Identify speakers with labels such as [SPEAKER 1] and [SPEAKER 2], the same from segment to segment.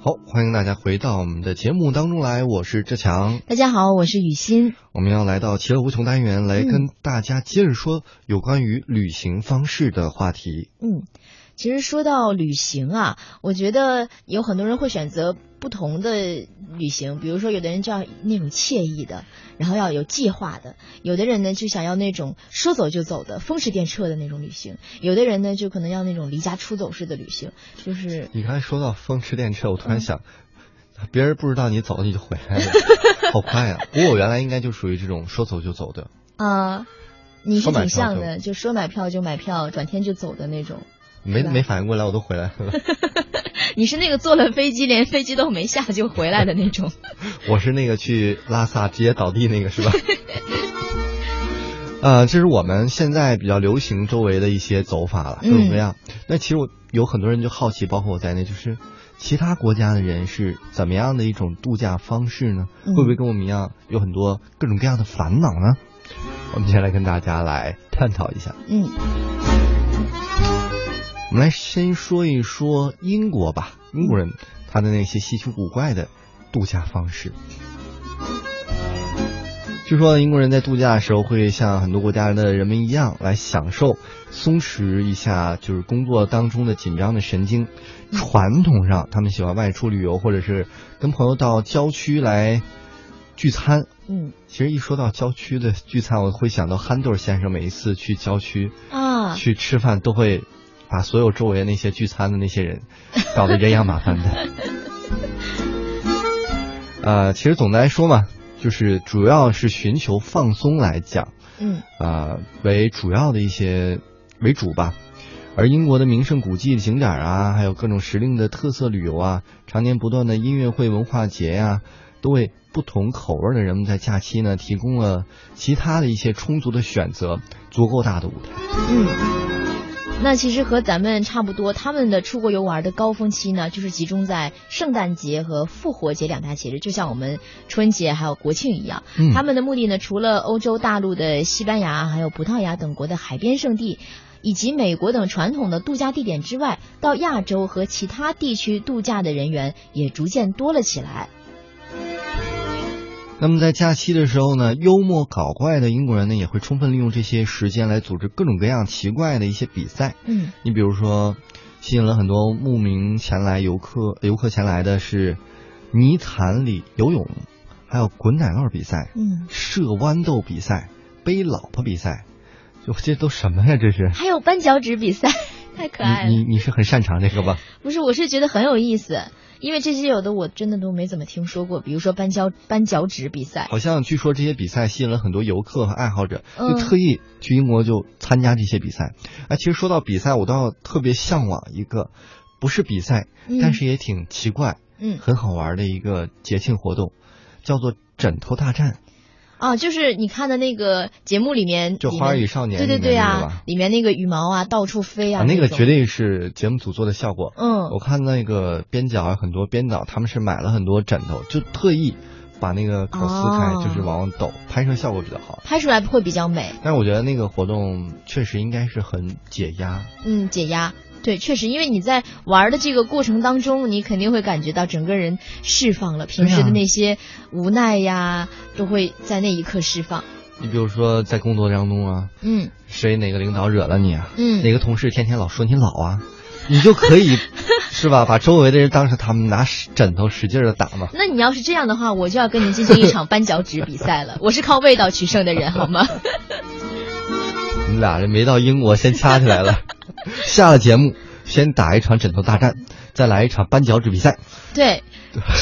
[SPEAKER 1] 好，欢迎大家回到我们的节目当中来，我是志强。
[SPEAKER 2] 大家好，我是雨欣。
[SPEAKER 1] 我们要来到其乐无穷单元，来
[SPEAKER 2] 嗯
[SPEAKER 1] 跟大家接着说有关于旅行方式的话题。
[SPEAKER 2] 嗯，其实说到旅行啊，我觉得有很多人会选择不同的旅行，比如说有的人就要那种惬意的，然后要有计划的；有的人呢就想要那种说走就走的风驰电掣的那种旅行；有的人呢就可能要那种离家出走式的旅行，就是
[SPEAKER 1] 你刚才说到风驰电掣，我突然想，
[SPEAKER 2] 嗯
[SPEAKER 1] 别人不知道你走你就回来 了，好快呀、不过我原来应该就属于这种说走就走的。
[SPEAKER 2] 啊、你是
[SPEAKER 1] 说买
[SPEAKER 2] 挺
[SPEAKER 1] 票
[SPEAKER 2] 像
[SPEAKER 1] 就
[SPEAKER 2] 的，就说买票就买票，转天就走的那种。
[SPEAKER 1] 没
[SPEAKER 2] 是吧
[SPEAKER 1] 没反应过来，我都回来了。
[SPEAKER 2] 你是那个坐了飞机连飞机都没下就回来的那种。
[SPEAKER 1] 我是那个去拉萨直接倒地那个是吧？呃，这是我们现在比较流行周围的一些走法了，各种各样。那其实我有很多人就好奇，包括我在内，就是其他国家的人是怎么样的一种度假方式呢？
[SPEAKER 2] 嗯
[SPEAKER 1] 会不会跟我们一样有很多各种各样的烦恼呢？我们先来跟大家来探讨一下。
[SPEAKER 2] 嗯
[SPEAKER 1] 我们来先说一说英国吧，英国人他的那些稀奇古怪的度假方式。据说英国人在度假的时候会像很多国家的人们一样来享受松弛一下，就是工作当中的紧张的神经。传统上，他们喜欢外出旅游，或者是跟朋友到郊区来聚餐。
[SPEAKER 2] 嗯
[SPEAKER 1] 其实一说到郊区的聚餐，我会想到憨豆先生每一次去郊区
[SPEAKER 2] 啊，
[SPEAKER 1] 去吃饭都会把所有周围那些聚餐的那些 人搞得人仰马翻的。呃，其实总的来说嘛，就是主要是寻求放松来讲，
[SPEAKER 2] 嗯
[SPEAKER 1] 啊、为主要的一些为主吧。而英国的名胜古迹景点啊，还有各种时令的特色旅游啊，常年不断的音乐会、文化节呀、都为不同口味的人们在假期呢提供了其他的一些充足的选择，足够大的舞台。
[SPEAKER 2] 嗯。那其实和咱们差不多，他们的出国游玩的高峰期呢，就是集中在圣诞节和复活节两大节日，就像我们春节还有国庆一样。
[SPEAKER 1] 嗯
[SPEAKER 2] 他们的目的呢，除了欧洲大陆的西班牙、还有葡萄牙等国的海边圣地，以及美国等传统的度假地点之外，到亚洲和其他地区度假的人员也逐渐多了起来。
[SPEAKER 1] 那么在假期的时候呢，幽默搞怪的英国人呢，也会充分利用这些时间来组织各种各样奇怪的一些比赛。
[SPEAKER 2] 嗯
[SPEAKER 1] 你比如说，吸引了很多慕名前来游客，游客前来的是泥潭里游泳，还有滚奶酪比赛、
[SPEAKER 2] 嗯，
[SPEAKER 1] 射豌豆比赛、背老婆比赛，就这都什么呀？这是
[SPEAKER 2] 还有扳脚趾比赛，太可爱了。
[SPEAKER 1] 你你你是很擅长这个吧？
[SPEAKER 2] 不是，我是觉得很有意思，因为这些有的我真的都没怎么听说过，比如说搬脚搬脚趾比赛，
[SPEAKER 1] 好像据说这些比赛吸引了很多游客和爱好者，
[SPEAKER 2] 嗯
[SPEAKER 1] 就特意去英国就参加这些比赛。哎，其实说到比赛，我倒特别向往一个，不是比赛，
[SPEAKER 2] 嗯
[SPEAKER 1] 但是也挺奇怪、
[SPEAKER 2] 嗯
[SPEAKER 1] 很好玩的一个节庆活动，叫做枕头大战。
[SPEAKER 2] 啊，就是你看的那个节目里面，
[SPEAKER 1] 就
[SPEAKER 2] 里
[SPEAKER 1] 花儿
[SPEAKER 2] 面
[SPEAKER 1] 与少年
[SPEAKER 2] 对对
[SPEAKER 1] 里
[SPEAKER 2] 对
[SPEAKER 1] 面那个
[SPEAKER 2] 啊
[SPEAKER 1] 吧，
[SPEAKER 2] 里面那个羽毛啊到处飞啊，
[SPEAKER 1] 那个绝
[SPEAKER 2] 对，
[SPEAKER 1] 对是节目组做的效果。
[SPEAKER 2] 嗯
[SPEAKER 1] 我看那个边角有很多编导，他们是买了很多枕头，就特意把那个口撕开，
[SPEAKER 2] 哦
[SPEAKER 1] 就是往上抖，拍摄效果比较好。
[SPEAKER 2] 拍出来会比较美，
[SPEAKER 1] 但是我觉得那个活动确实应该是很解压，
[SPEAKER 2] 嗯，解压。对，确实，因为你在玩的这个过程当中，你肯定会感觉到整个人释放了，平
[SPEAKER 1] 对
[SPEAKER 2] 时的
[SPEAKER 1] 啊
[SPEAKER 2] 那些无奈呀，都会在那一刻释放。
[SPEAKER 1] 你比如说在工作当中啊，
[SPEAKER 2] 嗯
[SPEAKER 1] 谁哪个领导惹了你啊，
[SPEAKER 2] 嗯，
[SPEAKER 1] 哪个同事天天老说你老啊，你就可 以是吧？把周围的人当成他们拿使枕头使劲的打嘛。
[SPEAKER 2] 那你要是这样的话，我就要跟你进行一场扳脚趾比赛 了。我是靠味道取胜的人，好吗？
[SPEAKER 1] 你们俩人没到英国先掐起来了， 下了节目先打一场枕头大战，再来一场扳脚趾比赛，
[SPEAKER 2] 对，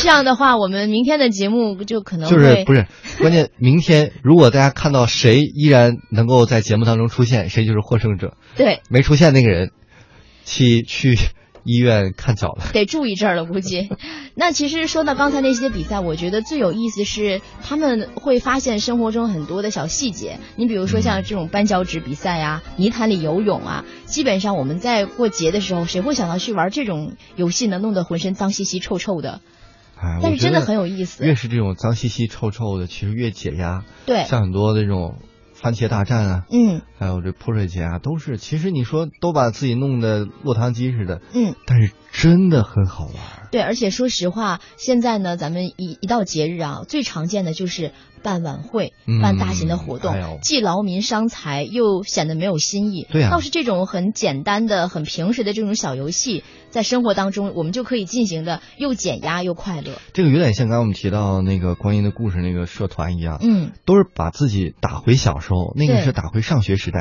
[SPEAKER 2] 这样的话，我们明天的节目就可能会
[SPEAKER 1] 就是不是？关键明天如果大家看到谁依然能够在节目当中出现，谁就是获胜者。
[SPEAKER 2] 对，
[SPEAKER 1] 没出现那个人，去去医院看脚了。
[SPEAKER 2] 得住一阵儿了，估计。 那其实说到刚才那些比赛，我觉得最有意思是他们会发现生活中很多的小细节。你比如说像这种搬脚趾比赛呀、
[SPEAKER 1] 嗯
[SPEAKER 2] 泥潭里游泳啊，基本上我们在过节的时候，谁会想到去玩这种游戏呢？弄得浑身脏兮兮、臭臭的。
[SPEAKER 1] 哎，
[SPEAKER 2] 但
[SPEAKER 1] 我
[SPEAKER 2] 是
[SPEAKER 1] 觉
[SPEAKER 2] 真
[SPEAKER 1] 得
[SPEAKER 2] 的很有意思
[SPEAKER 1] 越是这种脏兮兮、臭臭的，其实越解压。
[SPEAKER 2] 对，
[SPEAKER 1] 像很多那种番茄大战啊，
[SPEAKER 2] 嗯
[SPEAKER 1] 还有这泼水节啊，都是其实你说都把自己弄得落汤鸡似的，
[SPEAKER 2] 嗯。
[SPEAKER 1] 但是真的很好玩。
[SPEAKER 2] 对，而且说实话，现在呢，咱们一一到节日啊，最常见的就是办晚会、办大型的活
[SPEAKER 1] 嗯
[SPEAKER 2] 动，
[SPEAKER 1] 哎呦
[SPEAKER 2] 既劳民伤财，又显得没有新意。
[SPEAKER 1] 对啊
[SPEAKER 2] 倒是这种很简单的、很平时的这种小游戏，在生活当中，我们就可以进行的又减压又快乐。
[SPEAKER 1] 这个有点像刚刚我们提到那个观音的故事那个社团一样，
[SPEAKER 2] 嗯，
[SPEAKER 1] 都是把自己打回小时候，那个
[SPEAKER 2] 对
[SPEAKER 1] 是打回上学时代。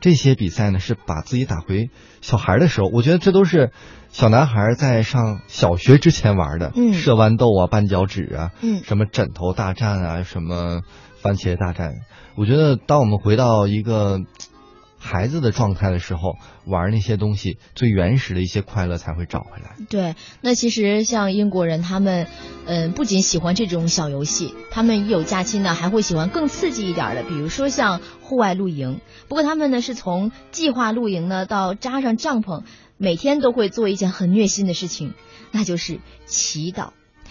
[SPEAKER 1] 这些比赛呢，是把自己打回小孩的时候。我觉得这都是小男孩在上小学之前玩的，
[SPEAKER 2] 嗯
[SPEAKER 1] 射豌豆啊、搬脚趾啊，
[SPEAKER 2] 嗯
[SPEAKER 1] 什么枕头大战啊，什么番茄大战。我觉得当我们回到一个。嘖孩子的状态的时候，玩那些东西，最原始的一些快乐才会找回来。
[SPEAKER 2] 对，那其实像英国人，他们，嗯，不仅喜欢这种小游戏，他们一有假期呢，还会喜欢更刺激一点儿的，比如说像户外露营。不过他们呢，是从计划露营呢到扎上帐篷，每天都会做一件很虐心的事情，那就是祈祷。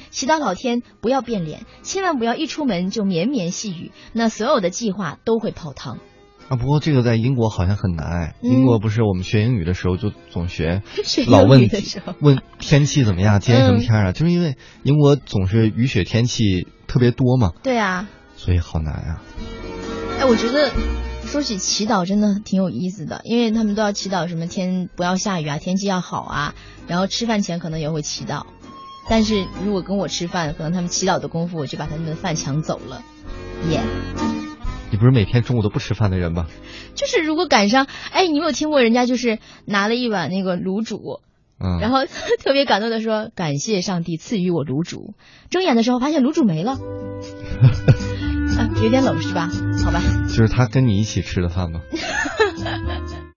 [SPEAKER 2] 祈祷老天不要变脸，千万不要一出门就绵绵细雨，那所有的计划都会泡汤。
[SPEAKER 1] 啊，不过这个在英国好像很难哎。
[SPEAKER 2] 嗯
[SPEAKER 1] 英国不是我们学英语的时候就总学
[SPEAKER 2] 学
[SPEAKER 1] 老
[SPEAKER 2] 英
[SPEAKER 1] 问
[SPEAKER 2] 语的
[SPEAKER 1] 题
[SPEAKER 2] 时候嗯
[SPEAKER 1] 问天气怎么样，今天什么天啊？就是因为英国总是雨雪天气特别多嘛，
[SPEAKER 2] 对啊，
[SPEAKER 1] 所以好难啊。
[SPEAKER 2] 哎，我觉得说起祈祷真的挺有意思的，因为他们都要祈祷什么天不要下雨啊，天气要好啊，然后吃饭前可能也会祈祷。但是如果跟我吃饭，可能他们祈祷的功夫，我就把他们的饭抢走了。耶、
[SPEAKER 1] 你不是每天中午都不吃饭的人吗？
[SPEAKER 2] 就是如果赶上，哎，你有没有听过人家就是拿了一碗那个卤煮，
[SPEAKER 1] 嗯，
[SPEAKER 2] 然后特别感动的说：“感谢上帝赐予我卤煮。”睁眼的时候发现卤煮没了，啊，有点冷是吧？好吧。
[SPEAKER 1] 就是他跟你一起吃的饭吗？